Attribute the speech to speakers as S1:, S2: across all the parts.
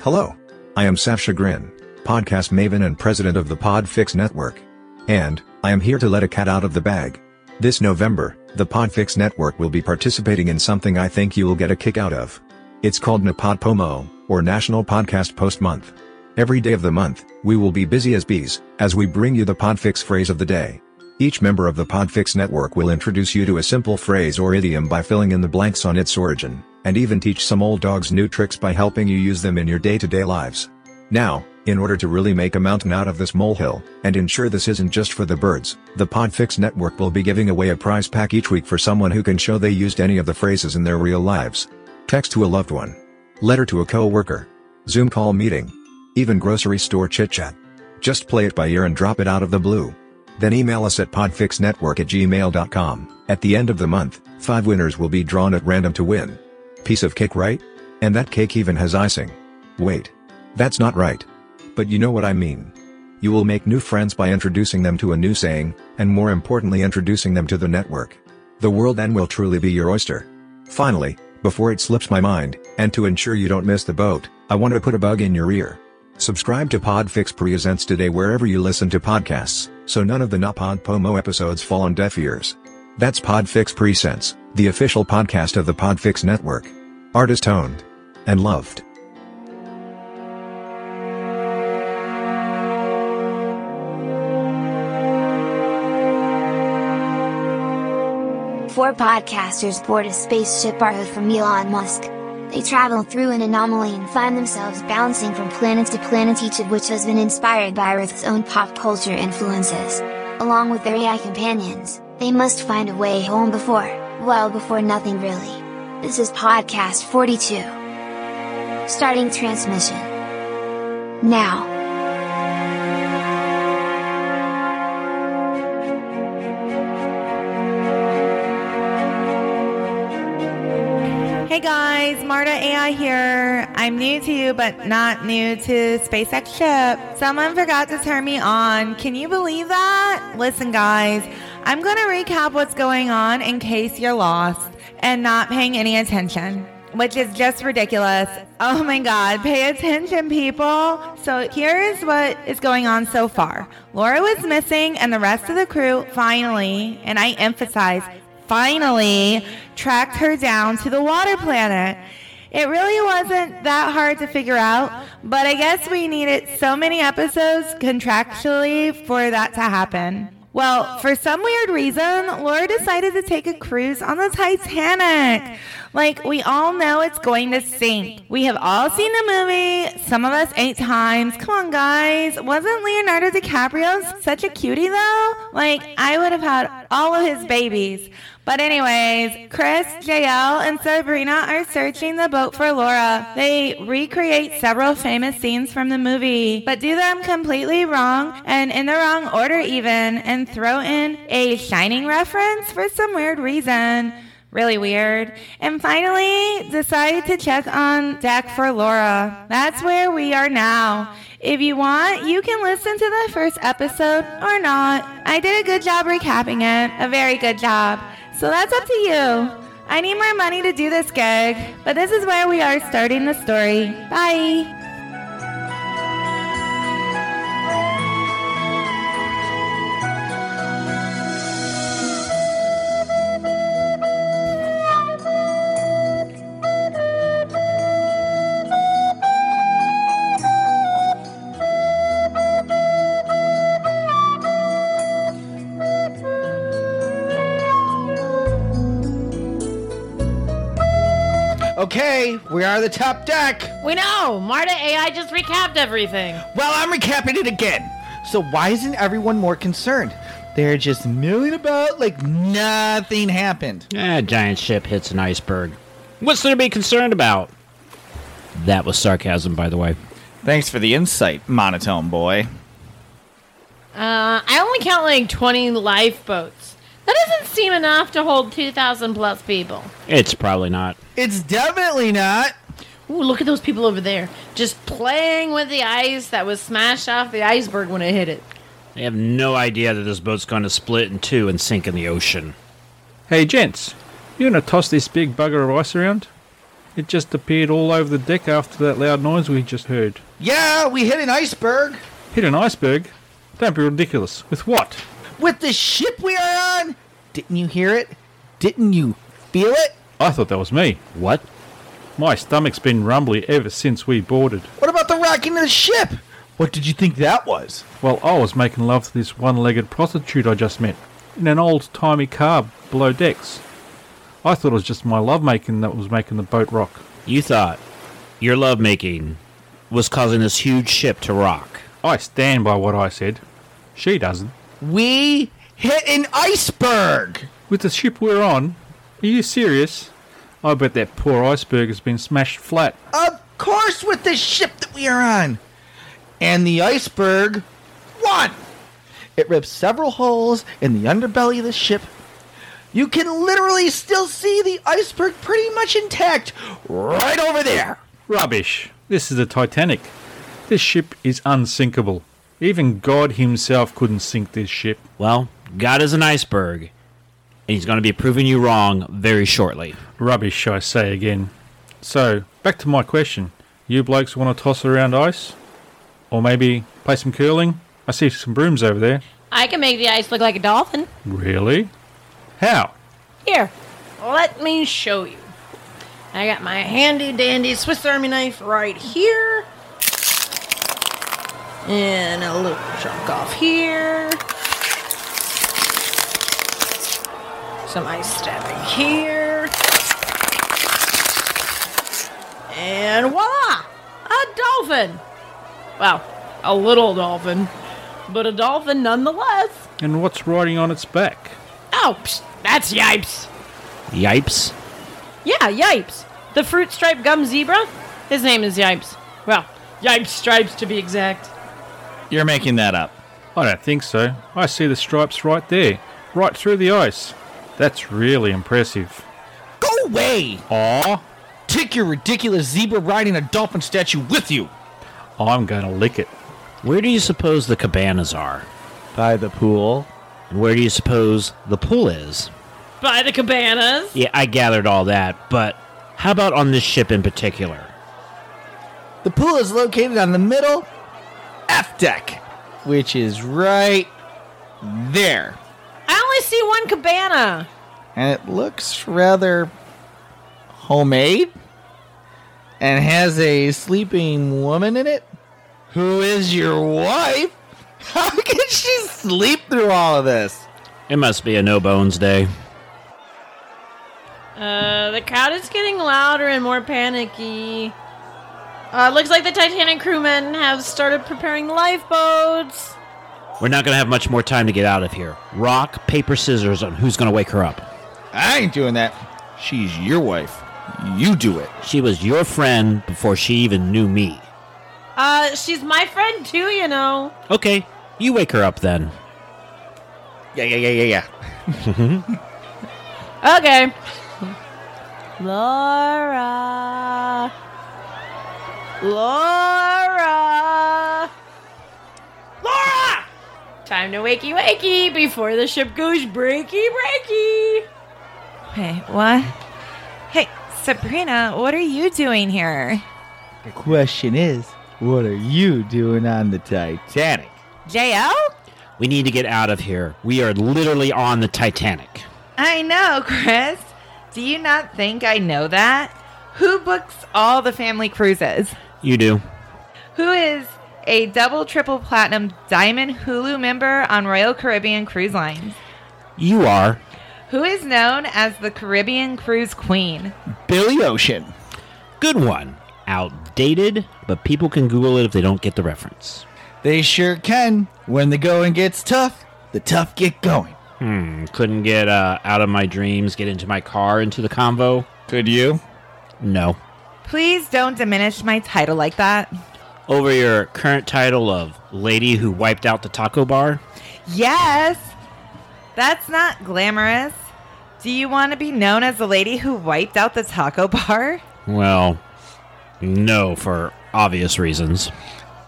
S1: Hello. I am Saf Chagrin, podcast maven and president of the Podfix Network. And, I am here to let a cat out of the bag. This November, the Podfix Network will be participating in something I think you'll get a kick out of. It's called Napod Pomo, or National Podcast Post Month. Every day of the month, we will be busy as bees, as we bring you the Podfix phrase of the day. Each member of the Podfix network will introduce you to a simple phrase or idiom by filling in the blanks on its origin, and even teach some old dogs new tricks by helping you use them in your day to day lives. Now, in order to really make a mountain out of this molehill, and ensure this isn't just for the birds, the Podfix network will be giving away a prize pack each week for someone who can show they used any of the phrases in their real lives. Text to a loved one. Letter to a coworker. Zoom call meeting. Even grocery store chit chat. Just play it by ear and drop it out of the blue. Then email us at podfixnetwork at gmail.com. At the end of the month, five winners will be drawn at random to win. Piece of cake, right? And that cake even has icing. Wait. That's not right. But you know what I mean. You will make new friends by introducing them to a new saying, and more importantly, introducing them to the network. The world then will truly be your oyster. Finally, before it slips my mind, and to ensure you don't miss the boat, I want to put a bug in your ear. Subscribe to Podfix Presents today wherever you listen to podcasts, so none of the Napod Pomo episodes fall on deaf ears. That's Podfix Presents, the official podcast of the Podfix Network. Artist owned. And loved.
S2: Four podcasters board a spaceship borrowed from Elon Musk. They travel through an anomaly and find themselves bouncing from planet to planet, each of which has been inspired by Earth's own pop culture influences. Along with their AI companions, they must find a way home before, well, before nothing really. This is Podcast 42. Starting transmission. Now.
S3: Hey guys, Marta AI here. I'm new to you, but not new to SpaceX ship. Someone forgot to turn me on. Can you believe that? Listen, guys, I'm going to recap what's going on in case you're lost and not paying any attention. Which is just ridiculous. Oh my God, pay attention, people. So, here is what is going on so far Laura was missing, and the rest of the crew finally, and I emphasize, finally tracked her down to the water planet. It really wasn't that hard to figure out, but I guess we needed so many episodes contractually for that to happen. Well, for some weird reason, Laura decided to take a cruise on the Titanic. Like, we all know it's going to sink. We have all seen the movie, some of us eight times. Come on, guys. Wasn't Leonardo DiCaprio such a cutie, though? Like, I would have had all of his babies. But anyways, Chris, JL, and Sabrina are searching the boat for Laura. They recreate several famous scenes from the movie, but do them completely wrong and in the wrong order even, and throw in a shining reference for some weird reason. Really weird. And finally, decided to check on deck for Laura. That's where we are now. If you want, you can listen to the first episode or not. I did a good job recapping it, a very good job. So that's up to you. I need more money to do this gig, but this is where we are starting the story. Bye.
S4: Okay, we are the top deck.
S5: We know! Marta AI just recapped everything.
S4: Well, I'm recapping it again. So why isn't everyone more concerned? They're just milling about like nothing happened.
S6: A giant ship hits an iceberg. What's there to be concerned about? That was sarcasm, by the way.
S4: Thanks for the insight, monotone boy.
S5: Uh, I only count like 20 lifeboats. That doesn't seem enough to hold 2,000 plus people.
S6: It's probably not.
S4: It's definitely not.
S5: Ooh, look at those people over there. Just playing with the ice that was smashed off the iceberg when it hit it.
S6: They have no idea that this boat's going to split in two and sink in the ocean.
S7: Hey, gents, you gonna toss this big bugger of ice around? It just appeared all over the deck after that loud noise we just heard.
S4: Yeah, we hit an iceberg
S7: Hit an iceberg? Don't be ridiculous. With what?
S4: with the ship we are on. Didn't you hear it? Didn't you feel it?
S7: I thought that was me.
S6: What?
S7: My stomach's been rumbly ever since we boarded.
S4: What about the rocking of the ship? What did you think that was?
S7: Well, I was making love to this one legged prostitute I just met in an old timey car below decks. I thought it was just my lovemaking that was making the boat rock.
S6: You thought your lovemaking was causing this huge ship to rock.
S7: I stand by what I said. She doesn't.
S4: We hit an iceberg.
S7: With the ship we're on, are you serious? I bet that poor iceberg has been smashed flat.
S4: Of course, with the ship that we are on. And the iceberg won. It ripped several holes in the underbelly of the ship. You can literally still see the iceberg pretty much intact right over there.
S7: Rubbish. This is the Titanic. This ship is unsinkable. Even God Himself couldn't sink this ship.
S6: Well, God is an iceberg, and he's going to be proving you wrong very shortly.
S7: Rubbish, I say again. So, back to my question. You blokes want to toss around ice? Or maybe play some curling? I see some brooms over there.
S5: I can make the ice look like a dolphin.
S7: Really? How?
S5: Here, let me show you. I got my handy dandy Swiss Army knife right here. And a little chunk off here. Some ice stabbing here. And voila! A dolphin! Wow, a little dolphin. But a dolphin nonetheless.
S7: And what's riding on its back?
S5: Oh, psh, that's yipes.
S6: Yipes.
S5: Yeah, Yipes. The fruit striped gum zebra? His name is Yipes. Well, Yipes Stripes to be exact.
S4: You're making that up.
S7: I don't think so. I see the stripes right there, right through the ice. That's really impressive.
S4: Go away.
S7: Aw,
S4: Take your ridiculous zebra riding a dolphin statue with you.
S7: I'm gonna lick it.
S6: Where do you suppose the cabanas are?
S4: By the pool.
S6: And where do you suppose the pool is?
S5: By the cabanas.
S6: Yeah, I gathered all that, but how about on this ship in particular?
S4: The pool is located on the middle F deck, which is right there.
S5: I only see one cabana.
S4: and it looks rather homemade and has a sleeping woman in it who is your wife how can she sleep through all of this
S6: It must be a no bones day.
S5: Uh, the crowd is getting louder and more panicky. Uh, looks like the Titanic crewmen have started preparing the lifeboats.
S6: We're not going to have much more time to get out of here. Rock, paper, scissors on who's going to wake her up.
S4: i ain't doing that she's your wife you do it
S6: She was your friend before she even knew me.
S5: Uh, she's my friend too, you know.
S6: Okay, you wake her up then.
S4: yeah yeah yeah yeah yeah
S5: Okay. Laura. Laura. Laura! Time to wakey wakey before the ship goes breaky breaky.
S3: Okay, what? Hey, Sabrina, what are you doing here?
S4: the question is what are you doing on the titanic
S3: JL?
S6: We need to get out of here. We are literally on the Titanic.
S3: I know, Chris. Do you not think I know that? Who books all the family cruises?
S6: You do.
S3: Who is a double, triple, platinum, diamond Hulu member on Royal Caribbean Cruise Lines?
S6: You are.
S3: Who is known as the Caribbean Cruise Queen?
S4: billy ocean
S6: Good one. Outdated, but people can Google it if they don't get the reference.
S4: they sure can when the going gets tough the tough get going
S6: Hmm, couldn't get uh, out of my dreams, get into my car, into the convo?
S4: could you
S6: No.
S3: Please don't diminish my title like that.
S6: Over your current title of Lady Who Wiped Out the Taco Bar?
S3: Yes, that's not glamorous. Do you want to be known as the lady who wiped out the taco bar?
S6: Well, no, for obvious reasons.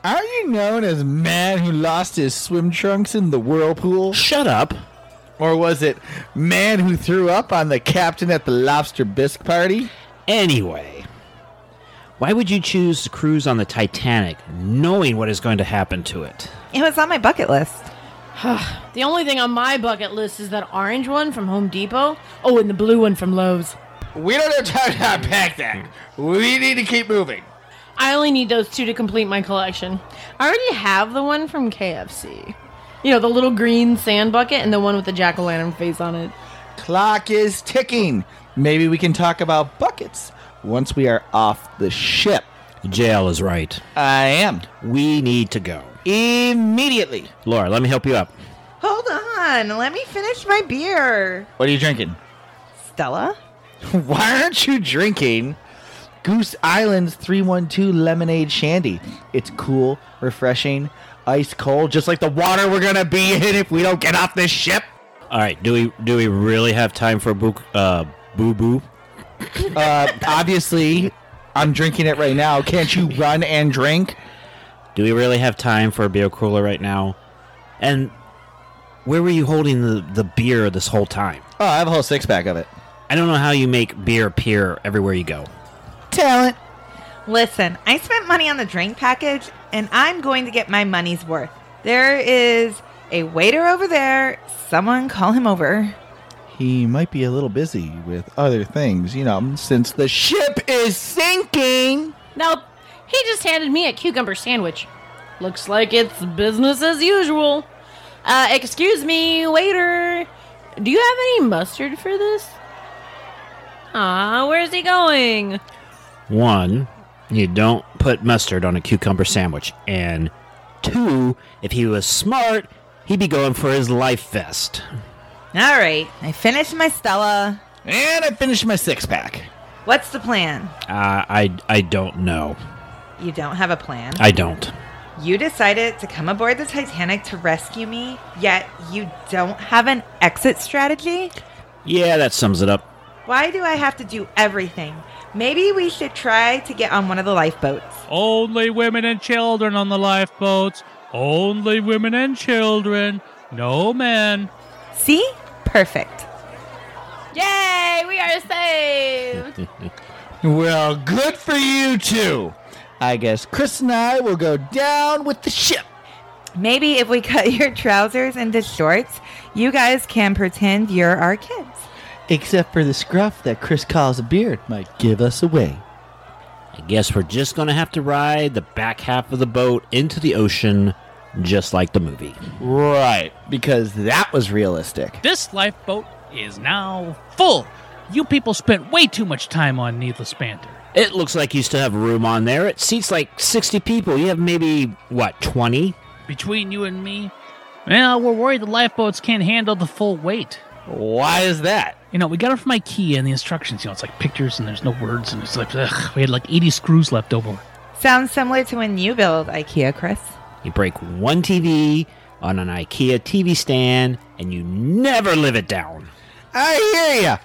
S4: Are you known as man who lost his swim trunks in the whirlpool?
S6: Shut up.
S4: Or was it man who threw up on the captain at the lobster bisque party?
S6: Anyway, Why would you choose to cruise on the Titanic knowing what is going to happen to it?
S3: It was on my bucket list.
S5: The only thing on my bucket list is that orange one from Home Depot. Oh, and the blue one from Lowe's.
S4: We don't have time to unpack that. We need to keep moving.
S5: I only need those two to complete my collection. I already have the one from KFC. You know, the little green sand bucket and the one with the jack o' lantern face on it.
S4: Clock is ticking. Maybe we can talk about buckets once we are off the ship.
S6: Jail is right.
S4: I am.
S6: We need to go.
S4: Immediately.
S6: Laura, let me help you up.
S3: Hold on. Let me finish my beer.
S4: What are you drinking?
S3: Stella?
S4: Why aren't you drinking Goose Island's 312 lemonade shandy? It's cool, refreshing, ice cold, just like the water we're going to be in if we don't get off this ship.
S6: All right, do we do we really have time for boo uh, boo boo?
S4: Uh, obviously, I'm drinking it right now. Can't you run and drink?
S6: Do we really have time for a beer cooler right now? And where were you holding the, the beer this whole time?
S4: Oh, I have a whole six pack of it.
S6: I don't know how you make beer appear everywhere you go.
S4: Talent.
S3: Listen, I spent money on the drink package and I'm going to get my money's worth. There is a waiter over there. Someone call him over.
S4: He might be a little busy with other things, you know, since the ship is sinking.
S5: Now, he just handed me a cucumber sandwich. Looks like it's business as usual. Uh, excuse me, waiter. Do you have any mustard for this? Ah, where's he going?
S6: One, you don't put mustard on a cucumber sandwich. And two, if he was smart, he'd be going for his life vest.
S3: All right, I finished my Stella.
S4: And I finished my six pack.
S3: What's the plan?
S6: Uh, I, I don't know.
S3: You don't have a plan.
S6: I don't.
S3: You decided to come aboard the Titanic to rescue me, yet you don't have an exit strategy?
S6: Yeah, that sums it up.
S3: Why do I have to do everything? Maybe we should try to get on one of the lifeboats.
S8: Only women and children on the lifeboats. Only women and children. No men.
S3: See? Perfect.
S5: Yay, we are saved!
S4: Well, good for you two. I guess Chris and I will go down with the ship.
S3: Maybe if we cut your trousers into shorts, you guys can pretend you're our kids.
S4: Except for the scruff that Chris calls a beard might give us away.
S6: I guess we're just going to have to ride the back half of the boat into the ocean, just like the movie.
S4: Right, because that was realistic.
S8: This lifeboat is now full. You people spent way too much time on needless banter.
S6: It looks like you still have room on there. It seats like 60 people. You have maybe, what, 20?
S8: Between you and me, well, we're worried the lifeboats can't handle the full weight.
S4: Why is that?
S8: You know, we got it from IKEA and the instructions. You know, it's like pictures and there's no words, and it's like, ugh, we had like 80 screws left over.
S3: Sounds similar to when you build IKEA, Chris.
S6: You break one TV on an IKEA TV stand and you never live it down.
S4: I hear ya.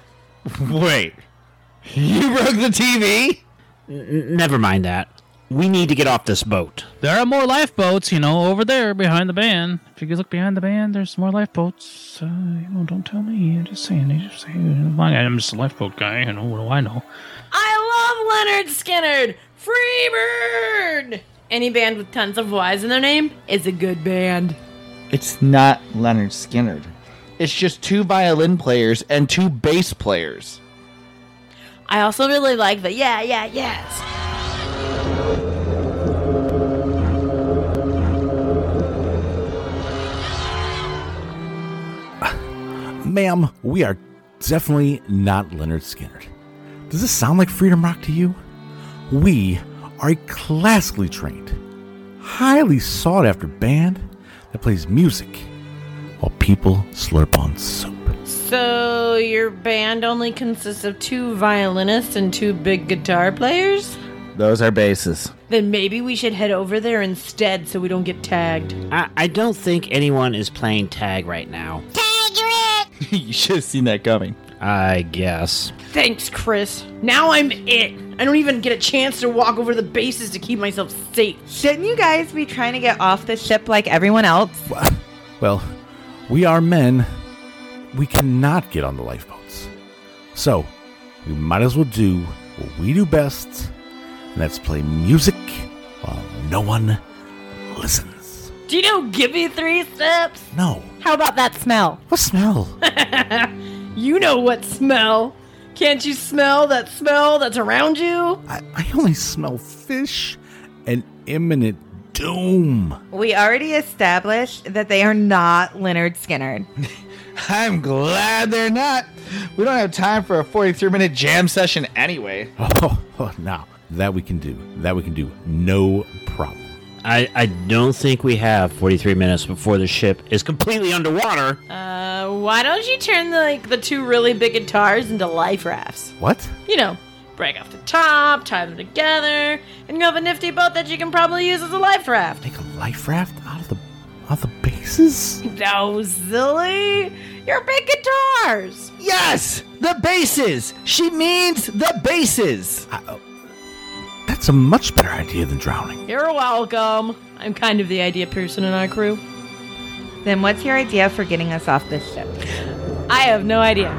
S4: Wait, you broke the TV?
S6: N- never mind that. We need to get off this boat.
S8: There are more lifeboats, you know, over there behind the band. If you could look behind the band, there's more lifeboats. Uh, you know, don't tell me. I'm just saying. I'm just saying. I'm just a lifeboat guy. You know, what do I know?
S5: I love Leonard Skinner! Freebird! Any band with tons of Y's in their name is a good band.
S4: It's not Leonard Skinner. It's just two violin players and two bass players.
S5: I also really like the yeah, yeah, yes.
S9: Ma'am, we are definitely not Leonard Skinner. Does this sound like Freedom Rock to you? We are a classically trained, highly sought after band that plays music while people slurp on soap.
S5: So your band only consists of two violinists and two big guitar players?
S4: Those are basses.
S5: Then maybe we should head over there instead so we don't get tagged.
S6: I, I don't think anyone is playing tag right now.
S4: you should have seen that coming.
S6: I guess.
S5: Thanks, Chris. Now I'm it. I don't even get a chance to walk over the bases to keep myself safe.
S3: Shouldn't you guys be trying to get off the ship like everyone else?
S9: Well, we are men. We cannot get on the lifeboats. So, we might as well do what we do best and that's play music while no one listens.
S5: Do you know Gimme Three Steps?
S9: No.
S5: How about that smell?
S9: What smell?
S5: You know what smell. Can't you smell that smell that's around you?
S9: I, I only smell fish and imminent doom.
S3: We already established that they are not Leonard Skinner.
S4: I'm glad they're not. We don't have time for a 43 minute jam session anyway.
S9: Oh, oh no. That we can do. That we can do. No problem.
S6: I, I don't think we have 43 minutes before the ship is completely underwater.
S5: Uh, why don't you turn the, like the two really big guitars into life rafts?
S9: What?
S5: You know, break off the top, tie them together, and you have a nifty boat that you can probably use as a life raft.
S9: Make a life raft out of the out of the bases?
S5: No, silly. You're big guitars.
S4: Yes! The bases! She means the bases!
S9: I, oh, that's a much better idea than drowning.
S5: You're welcome. I'm kind of the idea person in our crew.
S3: Then what's your idea for getting us off this ship?
S5: I have no idea.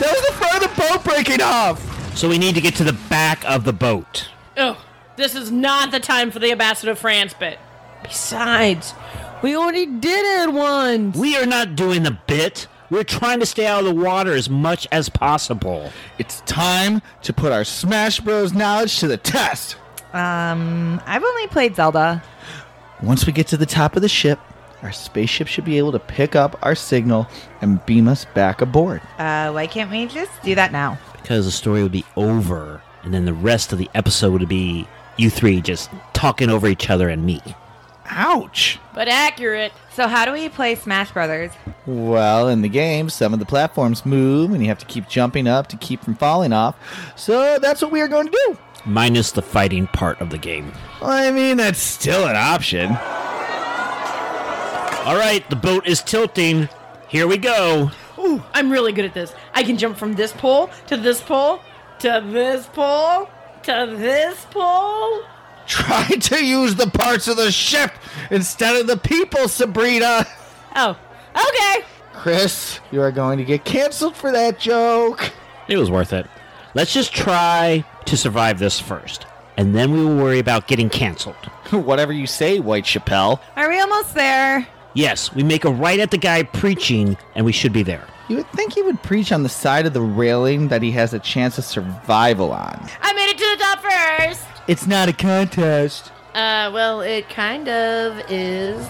S4: That was the front of the boat breaking off!
S6: So we need to get to the back of the boat.
S5: Oh, this is not the time for the ambassador of France bit. Besides, we already did it once.
S6: We are not doing the bit. We're trying to stay out of the water as much as possible.
S4: It's time to put our Smash Bros. knowledge to the test!
S3: Um, I've only played Zelda.
S4: Once we get to the top of the ship, our spaceship should be able to pick up our signal and beam us back aboard.
S3: Uh, why can't we just do that now?
S6: Because the story would be over, and then the rest of the episode would be you three just talking over each other and me.
S4: Ouch!
S5: But accurate.
S3: So how do we play Smash Brothers?
S4: Well, in the game, some of the platforms move and you have to keep jumping up to keep from falling off. So that's what we are going to do.
S6: Minus the fighting part of the game.
S4: I mean, that's still an option.
S6: All right, the boat is tilting. Here we go.
S5: Ooh, I'm really good at this. I can jump from this pole to this pole to this pole to this pole.
S4: Try to use the parts of the ship instead of the people, Sabrina.
S5: Oh, okay.
S4: Chris, you are going to get canceled for that joke.
S6: It was worth it. Let's just try to survive this first, and then we will worry about getting canceled.
S4: Whatever you say, White Chappelle.
S3: Are we almost there?
S6: Yes, we make a right at the guy preaching, and we should be there.
S4: You would think he would preach on the side of the railing that he has a chance of survival on.
S5: I made it to the top first.
S4: It's not a contest.
S5: Uh, well, it kind of is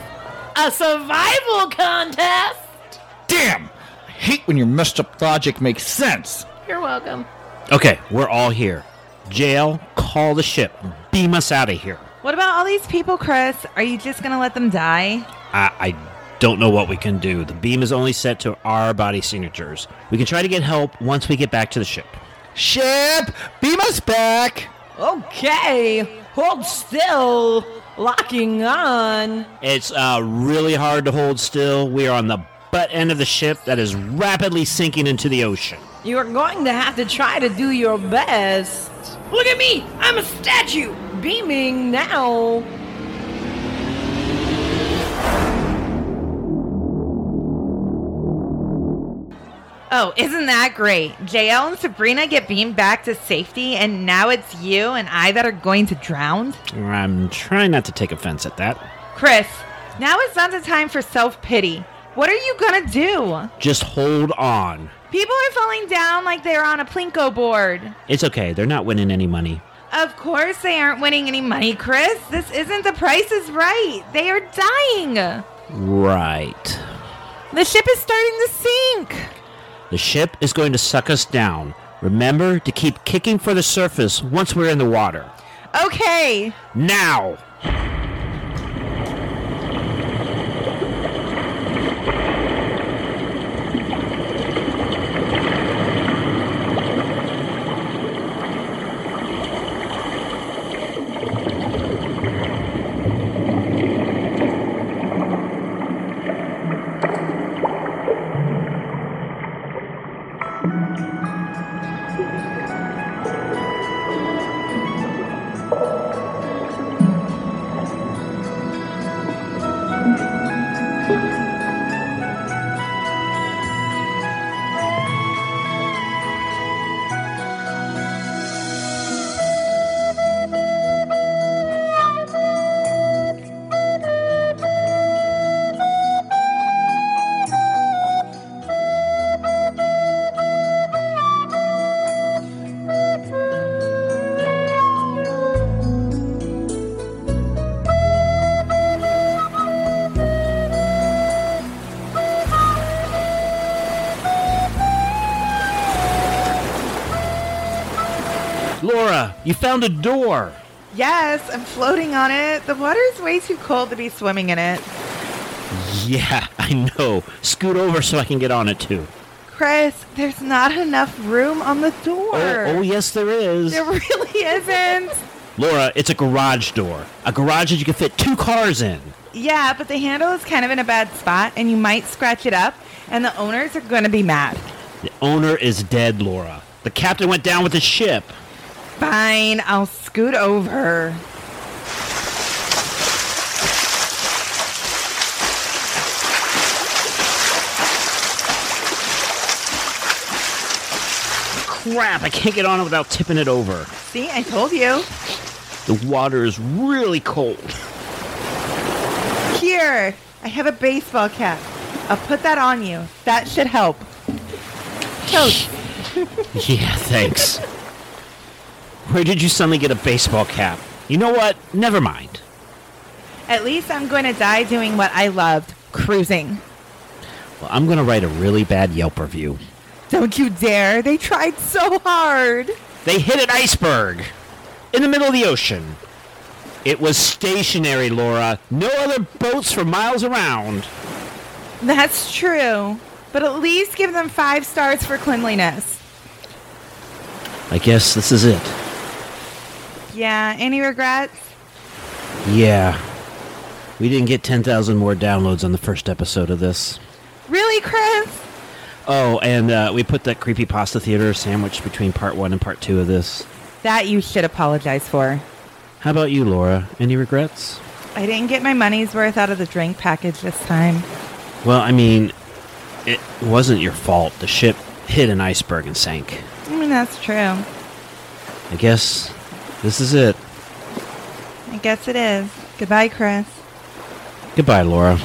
S5: a survival contest.
S4: Damn! I hate when your messed up logic makes sense.
S5: You're welcome.
S6: Okay, we're all here. Jail, call the ship. Beam us out of here.
S3: What about all these people, Chris? Are you just gonna let them die?
S6: I, I don't know what we can do. The beam is only set to our body signatures. We can try to get help once we get back to the ship.
S4: Ship, beam us back!
S5: Okay, hold still. Locking on.
S6: It's uh, really hard to hold still. We are on the butt end of the ship that is rapidly sinking into the ocean.
S5: You're going to have to try to do your best. Look at me! I'm a statue! Beaming now!
S3: Oh, isn't that great? JL and Sabrina get beamed back to safety, and now it's you and I that are going to drown?
S6: I'm trying not to take offense at that.
S3: Chris, now is not the time for self pity. What are you gonna do?
S6: Just hold on.
S3: People are falling down like they're on a Plinko board.
S6: It's okay, they're not winning any money.
S3: Of course, they aren't winning any money, Chris. This isn't the price is right. They are dying.
S6: Right.
S3: The ship is starting to sink.
S6: The ship is going to suck us down. Remember to keep kicking for the surface once we're in the water.
S3: Okay,
S6: Now! Mona, you found a door.
S3: Yes, I'm floating on it. The water's way too cold to be swimming in it.
S6: Yeah, I know. Scoot over so I can get on it too.
S3: Chris, there's not enough room on the door.
S6: Oh, oh yes, there is.
S3: There really isn't.
S6: Laura, it's a garage door. A garage that you can fit two cars in.
S3: Yeah, but the handle is kind of in a bad spot and you might scratch it up, and the owners are going to be mad.
S6: The owner is dead, Laura. The captain went down with the ship.
S3: Fine, I'll scoot over.
S6: Crap, I can't get on it without tipping it over.
S3: See, I told you.
S6: The water is really cold.
S3: Here, I have a baseball cap. I'll put that on you. That should help. Toast.
S6: Yeah, thanks. Where did you suddenly get a baseball cap? You know what? Never mind.
S3: At least I'm going to die doing what I loved cruising.
S6: Well, I'm going to write a really bad Yelp review.
S3: Don't you dare. They tried so hard.
S6: They hit an iceberg in the middle of the ocean. It was stationary, Laura. No other boats for miles around.
S3: That's true. But at least give them five stars for cleanliness.
S6: I guess this is it.
S3: Yeah, any regrets?
S6: Yeah. We didn't get 10,000 more downloads on the first episode of this.
S3: Really, Chris?
S6: Oh, and uh, we put that creepy pasta theater sandwich between part one and part two of this.
S3: That you should apologize for.
S6: How about you, Laura? Any regrets?
S3: I didn't get my money's worth out of the drink package this time.
S6: Well, I mean, it wasn't your fault. The ship hit an iceberg and sank.
S3: I mean, Mm, that's true.
S6: I guess this is it.
S3: I guess it is. Goodbye, Chris.
S6: Goodbye, Laura.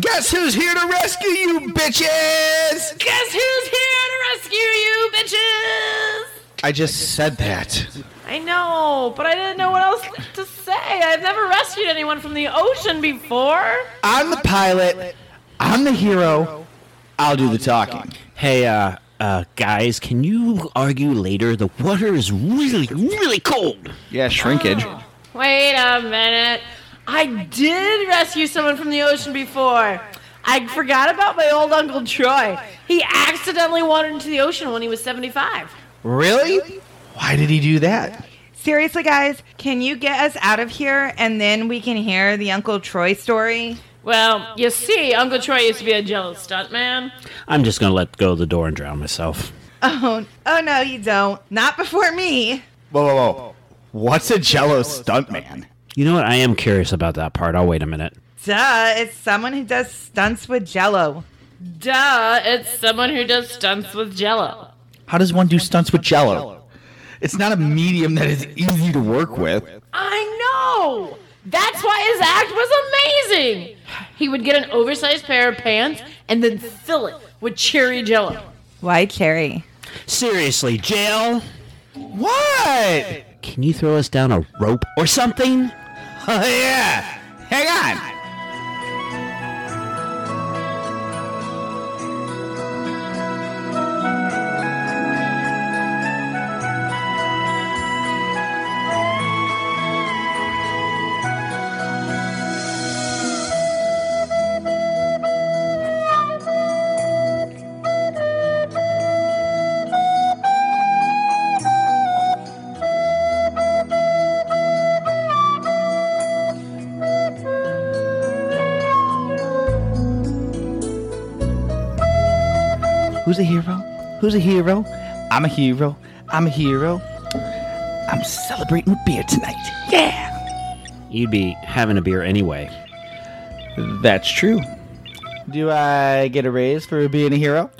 S4: Guess who's here to rescue you, bitches?
S5: Guess who's here to rescue you, bitches?
S4: I just said that.
S5: I know, but I didn't know what else to say. I've never rescued anyone from the ocean before.
S4: I'm the pilot. I'm the hero. I'll do the talking.
S6: Hey, uh, uh, guys, can you argue later? The water is really, really cold.
S4: Yeah, shrinkage.
S5: Oh. Wait a minute. I did rescue someone from the ocean before. I forgot about my old Uncle Troy. He accidentally wandered into the ocean when he was 75.
S4: Really? Why did he do that?
S3: Seriously, guys, can you get us out of here and then we can hear the Uncle Troy story?
S5: Well, you see, Uncle Troy used to be a jealous stuntman.
S6: I'm just gonna let go of the door and drown myself.
S3: Oh, oh no, you don't. Not before me.
S4: Whoa, whoa, whoa. What's a jello stuntman?
S6: You know what? I am curious about that part. I'll wait a minute.
S3: Duh, it's someone who does stunts with jello.
S5: Duh, it's someone who does stunts with jello.
S4: How does one do stunts with jello? It's not a medium that is easy to work with.
S5: I know! That's why his act was amazing! He would get an oversized pair of pants and then fill it with cherry jello.
S3: Why cherry?
S6: Seriously, jail?
S4: What?
S6: Can you throw us down a rope or something?
S4: Oh, yeah. Hang on. Who's a hero? Who's a hero? I'm a hero. I'm a hero. I'm celebrating with beer tonight. Yeah.
S6: You'd be having a beer anyway.
S4: That's true. Do I get a raise for being a hero?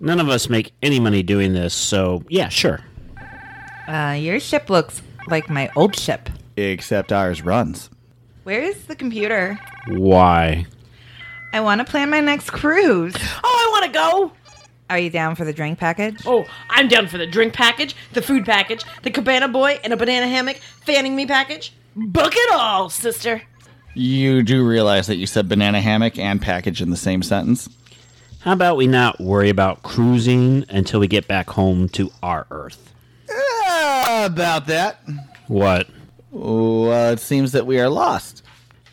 S6: None of us make any money doing this, so yeah, sure.
S3: Uh, your ship looks like my old ship.
S4: Except ours runs.
S3: Where is the computer?
S6: Why?
S3: I want to plan my next cruise.
S5: Oh, I want to go.
S3: Are you down for the drink package?
S5: Oh, I'm down for the drink package, the food package, the cabana boy and a banana hammock fanning me package. Book it all, sister.
S4: You do realize that you said banana hammock and package in the same sentence.
S6: How about we not worry about cruising until we get back home to our Earth?
S4: Ah, about that.
S6: What?
S4: Well, it seems that we are lost.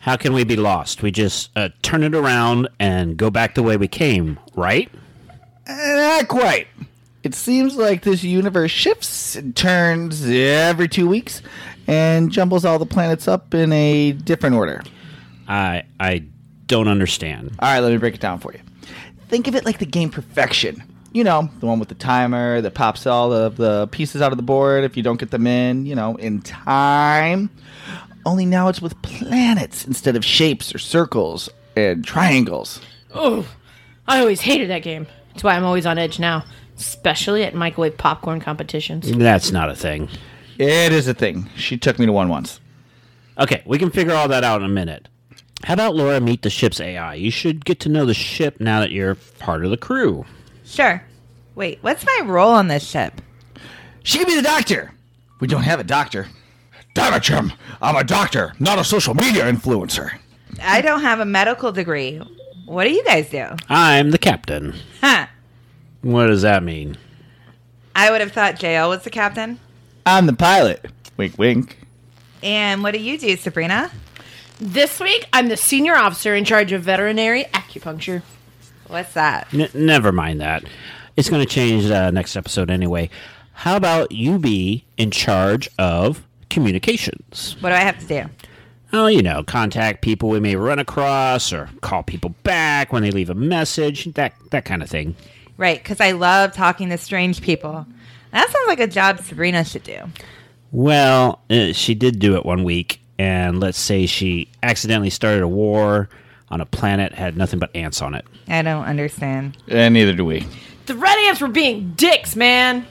S6: How can we be lost? We just uh, turn it around and go back the way we came, right?
S4: Eh, Not quite. It seems like this universe shifts and turns every two weeks and jumbles all the planets up in a different order.
S6: I I don't understand.
S4: All right, let me break it down for you. Think of it like the game Perfection. You know, the one with the timer that pops all of the pieces out of the board if you don't get them in, you know, in time. Only now it's with planets instead of shapes or circles and triangles.
S5: Oh, I always hated that game. That's why I'm always on edge now, especially at microwave popcorn competitions.
S6: That's not a thing.
S4: It is a thing. She took me to one once.
S6: Okay, we can figure all that out in a minute. How about Laura meet the ship's AI? You should get to know the ship now that you're part of the crew.
S3: Sure. Wait, what's my role on this ship?
S4: She could be the doctor. We don't have a doctor. Damn it, Jim. I'm a doctor, not a social media influencer.
S3: I don't have a medical degree. What do you guys do?
S6: I'm the captain.
S3: Huh.
S6: What does that mean?
S3: I would have thought JL was the captain.
S4: I'm the pilot. Wink, wink.
S3: And what do you do, Sabrina?
S5: This week, I'm the senior officer in charge of veterinary acupuncture.
S3: What's that?
S6: N- never mind that. It's going to change uh, next episode anyway. How about you be in charge of communications?
S3: What do I have to do?
S6: Oh, you know, contact people we may run across or call people back when they leave a message, that, that kind of thing.
S3: Right, because I love talking to strange people. That sounds like a job Sabrina should do.
S6: Well, uh, she did do it one week, and let's say she accidentally started a war on a planet had nothing but ants on it.
S3: I don't understand.
S4: And Uh, neither do we.
S5: The red ants were being dicks, man.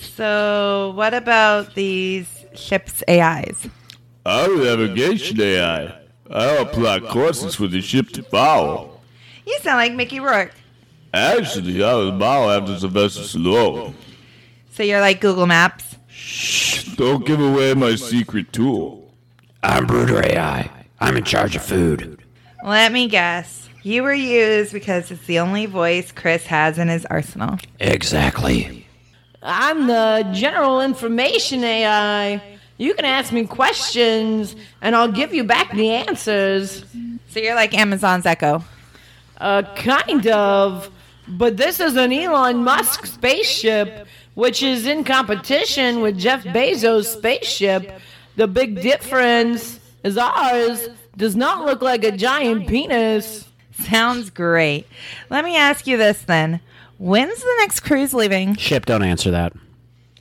S3: So, what about these ships' AIs?
S10: I'm navigation AI. I apply courses for the ship to follow.
S3: You sound like Mickey Rourke.
S10: Actually, I was modeled after Sylvester Stallone.
S3: So, you're like Google Maps?
S10: Don't give away my secret tool.
S6: I'm Brooder AI. I'm in charge of food.
S3: Let me guess. You were used because it's the only voice Chris has in his arsenal.
S6: Exactly.
S5: I'm the general information AI. You can ask me questions, and I'll give you back the answers.
S3: So, you're like Amazon's Echo.
S5: Uh, kind of. But this is an Elon Musk spaceship, which is in competition with Jeff Bezos' spaceship. The big difference is ours does not look like a giant penis.
S3: Sounds great. Let me ask you this then. When's the next cruise leaving?
S6: Ship, don't answer that.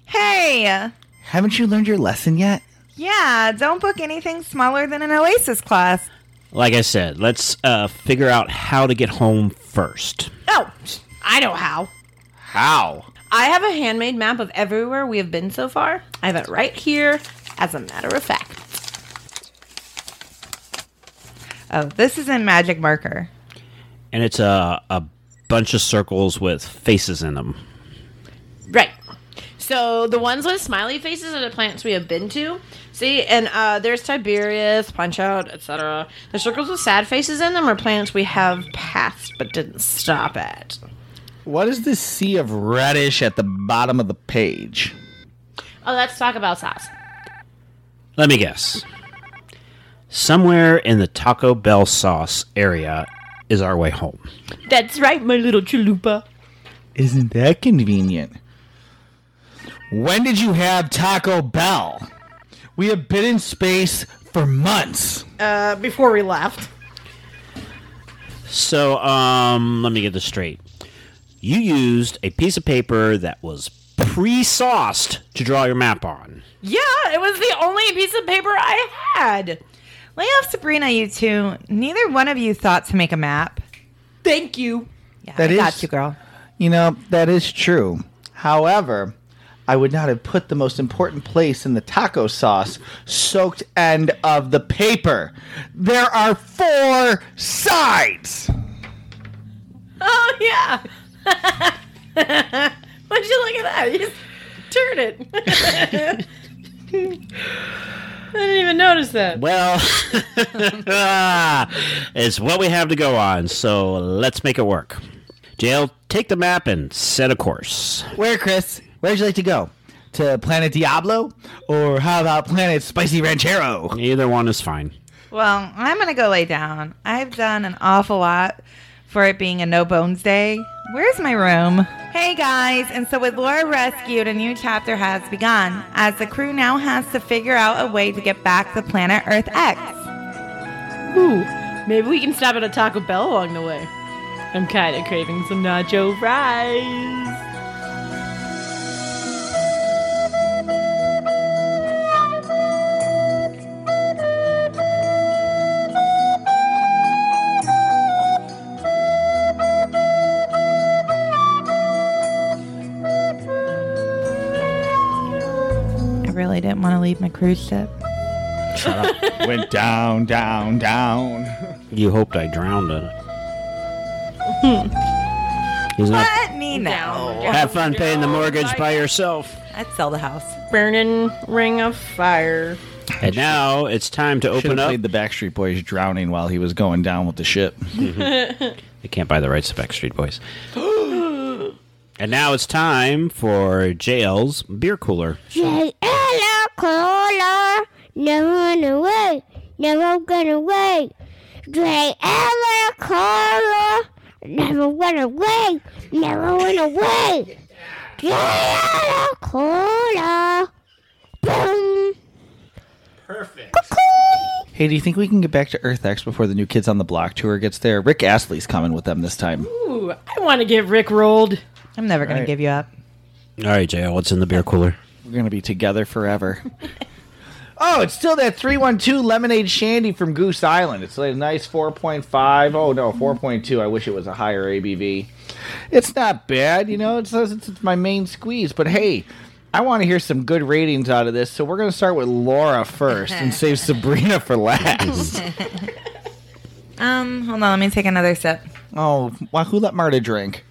S3: Hey!
S4: Haven't you learned your lesson yet?
S3: Yeah, don't book anything smaller than an Oasis class.
S6: Like I said, let's uh, figure out how to get home first.
S5: Oh, I know how.
S4: How?
S5: I have a handmade map of everywhere we have been so far. I have it right here, as a matter of fact.
S3: Oh, this is in Magic Marker.
S6: And it's a, a bunch of circles with faces in them.
S5: Right. So the ones with smiley faces are the planets we have been to. See, and uh, there's Tiberius, Punch Out, etc. The circles with sad faces in them are planets we have passed but didn't stop at.
S4: What is this sea of reddish at the bottom of the page?
S5: Oh, let's talk about sauce.
S6: Let me guess. Somewhere in the Taco Bell sauce area is our way home.
S5: That's right, my little chalupa.
S4: Isn't that convenient? When did you have Taco Bell? We have been in space for months.
S5: Uh, before we left.
S6: So, um, let me get this straight. You used a piece of paper that was pre-sauced to draw your map on.
S5: Yeah, it was the only piece of paper I had.
S3: Lay off Sabrina, you two. Neither one of you thought to make a map.
S5: Thank you.
S3: Yeah,
S4: That
S3: I
S4: is-
S3: got you, girl.
S4: You know, that is true. However, I would not have put the most important place in the taco sauce soaked end of the paper. There are four sides.
S5: Oh yeah. Why'd you look at that? You just turn it. I didn't even notice that.
S6: Well, it's what we have to go on, so let's make it work. Jail, take the map and set a course.
S4: Where, Chris? Where'd you like to go? To Planet Diablo? Or how about Planet Spicy Ranchero?
S6: Either one is fine.
S3: Well, I'm going to go lay down. I've done an awful lot for it being a no bones day. Where's my room? Hey guys, and so with Laura rescued, a new chapter has begun, as the crew now has to figure out a way to get back to planet Earth X.
S5: Ooh, maybe we can stop at a Taco Bell along the way. I'm kind of craving some nacho fries.
S3: I really didn't want to leave my cruise ship.
S4: Went down, down, down.
S6: You hoped I drowned in it. He's not.
S3: Let me know.
S6: Have fun paying the mortgage by yourself.
S3: I'd sell the house.
S5: Burning ring of fire.
S6: And now it's time to
S4: Should
S6: open
S4: have
S6: up.
S4: played the Backstreet Boys drowning while he was going down with the ship.
S6: They can't buy the rights to Backstreet Boys. and now it's time for Jail's beer cooler.
S11: Hello, Cola. Never run away. Never run away. Drink hello, Cola. Never run away. Never run away. Drink hello, Cola. Boom.
S4: Hey, do you think we can get back to Earth X before the new Kids on the Block tour gets there? Rick Astley's coming with them this time.
S5: Ooh, I want to get Rick rolled.
S3: I'm never going
S4: Right.
S3: to give you up.
S6: All right, Jail, what's in the beer cooler?
S4: We're gonna be together forever. oh, it's still that three one two lemonade shandy from Goose Island. It's a nice four point five. Oh no, four point two. I wish it was a higher ABV. It's not bad, you know. It says it's, it's my main squeeze, but hey. I want to hear some good ratings out of this, so we're going to start with Laura first and save Sabrina for last.
S3: Um, hold on. Let me take another sip.
S4: oh, why, who let Marta drink?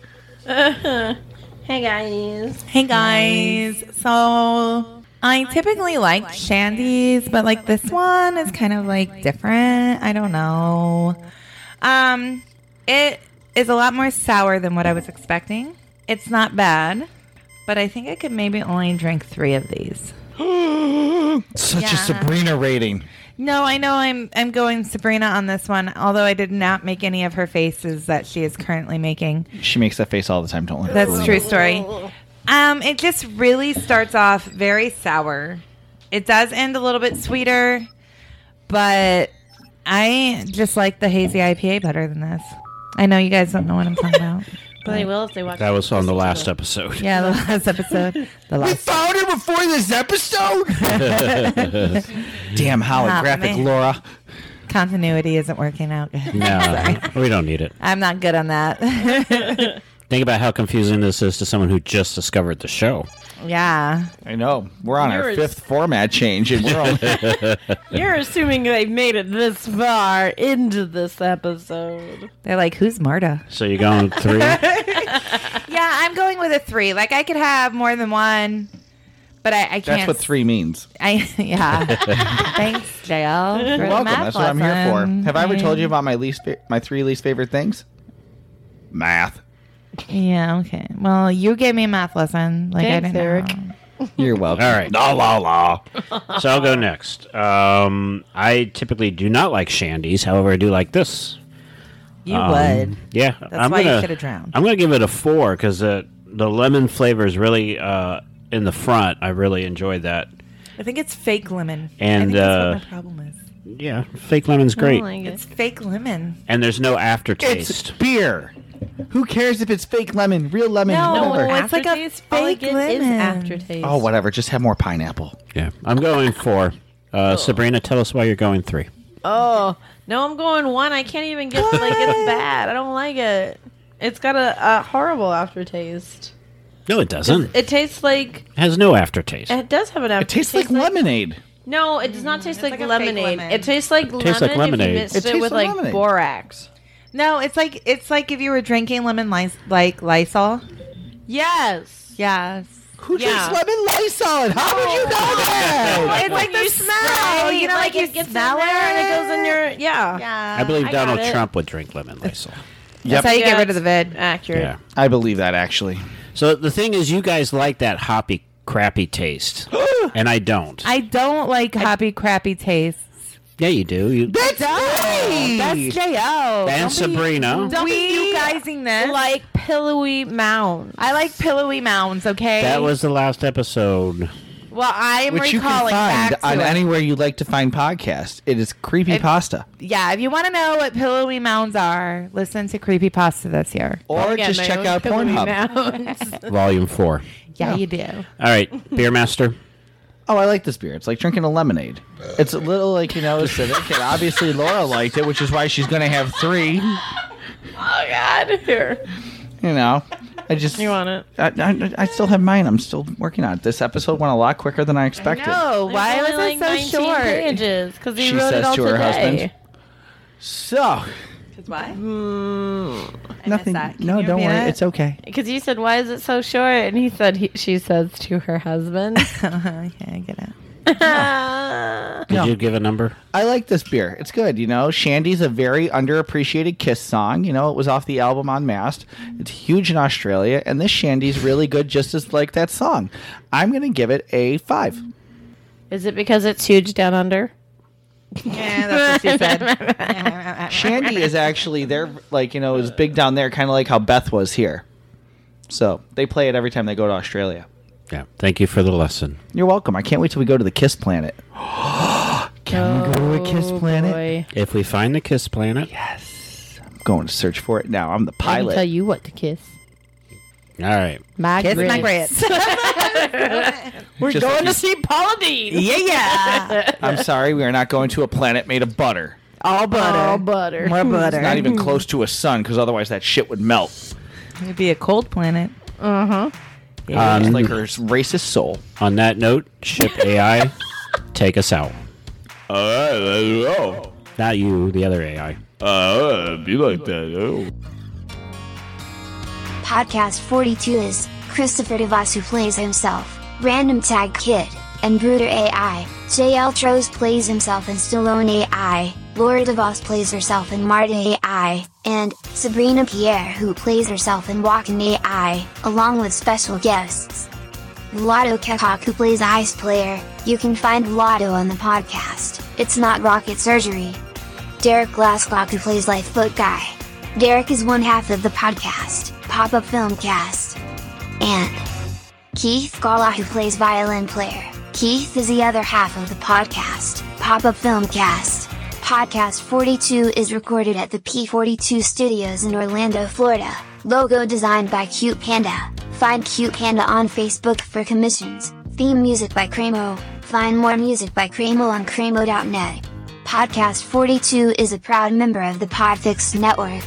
S5: Hey guys.
S3: Hey guys. So I typically like shandies, but like this one is kind of like different. I don't know. Um, it is a lot more sour than what I was expecting. It's not bad, but I think I could maybe only drink three of these.
S4: Such
S3: Yeah.
S4: a Sabrina rating.
S3: No, I know I'm I'm going Sabrina on this one, although I did not make any of her faces that she is currently making.
S4: She makes that face all the time, don't let her
S3: That's
S4: fool
S3: a
S4: you.
S3: true story. Um, it just really starts off very sour. It does end a little bit sweeter, but I just like the hazy IPA better than this. I know you guys don't know what I'm talking about.
S5: But they will if they watch.
S6: That was on the last episode.
S3: Yeah, the last episode, the last
S4: found her before this episode? Damn holographic
S3: man.
S4: Laura.
S3: continuity isn't working out.
S6: No, we don't need it.
S3: I'm not good on that.
S6: Think about how confusing this is to someone who just discovered the show.
S3: yeah,
S4: I know. We're on our
S5: Yours.
S4: fifth format change and we're only
S5: You're assuming they've made it this far into this episode.
S3: they're like, who's Marta?
S6: So you're going three?
S3: Yeah, I'm going with a three. Like I could have more than one, but I, I can't.
S4: That's what three means.
S3: I yeah. Thanks, JL. for the
S4: You're welcome.
S3: math
S4: That's what I'm here for.
S3: lesson.
S4: Have I ever told you about my least fa- my three least favorite things? Math.
S3: Yeah. Okay. Well, you gave me a math lesson. Like I
S5: Thanks,
S3: didn't.
S5: Eric.
S3: know.
S4: You're welcome.
S6: All right.
S4: La la la.
S6: So I'll go next. Um, I typically do not like shandies. However, I do like this.
S3: You
S6: Um,
S3: would.
S6: Yeah,
S3: That's why you shoulda drowned.
S6: I'm gonna give it a four because the the lemon flavor is really uh, in the front. I really enjoyed that.
S3: I think it's fake lemon. I
S6: And,
S3: think that's
S6: uh,
S3: what my problem is.
S6: Yeah, fake lemon's great,
S3: It's fake lemon.
S6: and there's no
S4: It's
S6: aftertaste.
S4: beer. Who cares if it's fake lemon, real lemon, whatever.
S3: No, it's like a
S5: Aftertaste, all I
S3: fake
S5: get is
S3: lemon.
S5: aftertaste.
S4: Oh, whatever. Just have more pineapple.
S6: yeah, I'm going four. Uh, Sabrina, tell us why you're going three.
S5: Oh no, I'm going one. I can't even get like it's bad. I don't like it. It's got a, a horrible aftertaste.
S6: No, it doesn't. It
S5: It tastes like
S6: has no aftertaste.
S5: it does have an aftertaste.
S4: It tastes like lemonade.
S5: No, it does not taste like,
S3: like a fake
S5: lemonade.
S3: lemon.
S5: It tastes like lemon.
S6: tastes like
S5: If
S6: lemonade.
S5: you mixed
S4: It
S5: it,
S4: tastes
S5: with
S4: like
S5: like
S4: lemonade.
S5: borax.
S3: No, it's like it's like if you were drinking lemon lys- like Lysol.
S5: Yes.
S3: Yes.
S4: Who
S5: Yeah.
S4: drinks lemon Lysol? And how did you know
S3: Oh,
S4: that?
S3: It's like the smell.
S5: Right,
S3: You know, like, you
S5: it gets
S3: smell
S5: in there and it goes in
S3: it.
S5: your yeah.
S3: Yeah.
S6: I believe
S5: I got
S6: Donald
S5: it.
S6: Trump would drink lemon Lysol.
S3: That's how you
S5: Yeah,
S3: get rid of the
S5: it's
S3: vid.
S5: Accurate.
S6: yeah.
S4: I believe that actually.
S6: So the thing is, you guys like that hoppy, crappy taste, and I don't.
S3: I don't like happy crappy tastes.
S6: yeah, you do. You
S4: That's me.
S3: That's J.O.
S6: and Sabrina.
S3: Don't be you guysing this.
S5: Like pillowy mound.
S3: I like pillowy mounds, okay?
S6: that was the last episode.
S3: well, I'm
S4: Which you can
S3: recalling
S4: find
S3: back to
S4: on
S3: it.
S4: anywhere you like to find podcasts. It is creepy pasta,
S3: yeah, if you want to know what pillowy mounds are, listen to Creepy Pasta this year.
S4: or
S5: Again,
S4: just
S5: my
S4: check
S5: own
S4: out
S5: pillowy
S4: Pornhub.
S5: mounds.
S6: Volume four.
S3: Yeah, you do.
S6: All right, Beer Master.
S4: Oh, I like this beer. It's like drinking a lemonade. It's a little like you know acidic, and obviously Laura liked it, which is why she's gonna have three. You
S5: oh god. Here.
S4: know, I just
S5: You want it?
S4: I, I, I still have mine. I'm still working on it. This episode went a lot quicker than I expected.
S3: No, Oh, why was
S5: There's only,
S3: it
S5: like,
S3: so
S5: 19
S3: short?
S5: Pages, because he
S4: She
S5: wrote
S4: says
S5: it all
S4: to her husband.
S5: today.
S4: So
S3: Why?
S4: nothing.
S3: that. Can
S4: No,
S3: you
S4: don't
S3: repeat
S4: worry.
S3: it?
S4: It's okay.
S5: Because you said, "Why is it so short?" And he said, he, "She says to her husband."
S3: yeah, I get it.
S6: Did
S4: No.
S6: you give a number?
S4: I like this beer. It's good. You know, Shandy's a very underappreciated Kiss song. You know, it was off the album Unmasked. It's huge in Australia, and this Shandy's really good, just as like that song. I'm gonna give it a five.
S5: Is it because it's huge down under?
S3: Yeah, that's what she said.
S4: Shandy is actually they're like you know is big down there, kind of like how Beth was here. So they play it every time they go to Australia.
S6: Yeah. Thank you for the lesson.
S4: You're welcome. I can't wait till we go to the Kiss Planet. Can we go to a Kiss Planet?
S5: Boy,
S6: If we find the Kiss Planet,
S4: I'm going to search for it now. I'm the
S5: I can
S4: pilot.
S5: tell you what to kiss.
S6: all right.
S5: My
S3: Kiss my
S5: grits.
S3: grits.
S5: We're
S4: Just
S5: going
S4: like you-
S5: to see Paula Dean.
S3: yeah, yeah.
S4: I'm sorry, we are not going to a planet made of butter.
S3: All butter.
S5: All butter.
S3: More butter.
S4: It's not even close to a sun because otherwise that shit would melt.
S3: It'd be a cold planet.
S4: It's like her racist soul.
S6: Um, On that note, ship AI, take us out.
S10: All right, let's go.
S6: Not you, the other AI.
S10: Uh, be like that. Oh.
S2: Podcast 42 is Christopher DeVos who plays himself, Random Tag Kid, and Bruder AI. JL Tros plays himself and Stallone AI, Laura DeVos plays herself and Marta AI, and Sabrina Pierre who plays herself and Walken AI, along with special guests. Lotto Kekok who plays Ice Player, you can find Lotto on the podcast, it's not rocket surgery. Derek Glasscock who plays Lifeboat Guy. Derek is one half of the podcast, Pop Up Filmcast. And Keith Gala who plays violin player. Keith is the other half of the podcast, Pop Up Filmcast. Podcast 42 is recorded at the P42 Studios in Orlando, Florida. Logo designed by Cute Panda. Find Cute Panda on Facebook for commissions. Theme music by Cramo. Find more music by Cramo on Cramo.net. Podcast 42 is a proud member of the Podfix Network.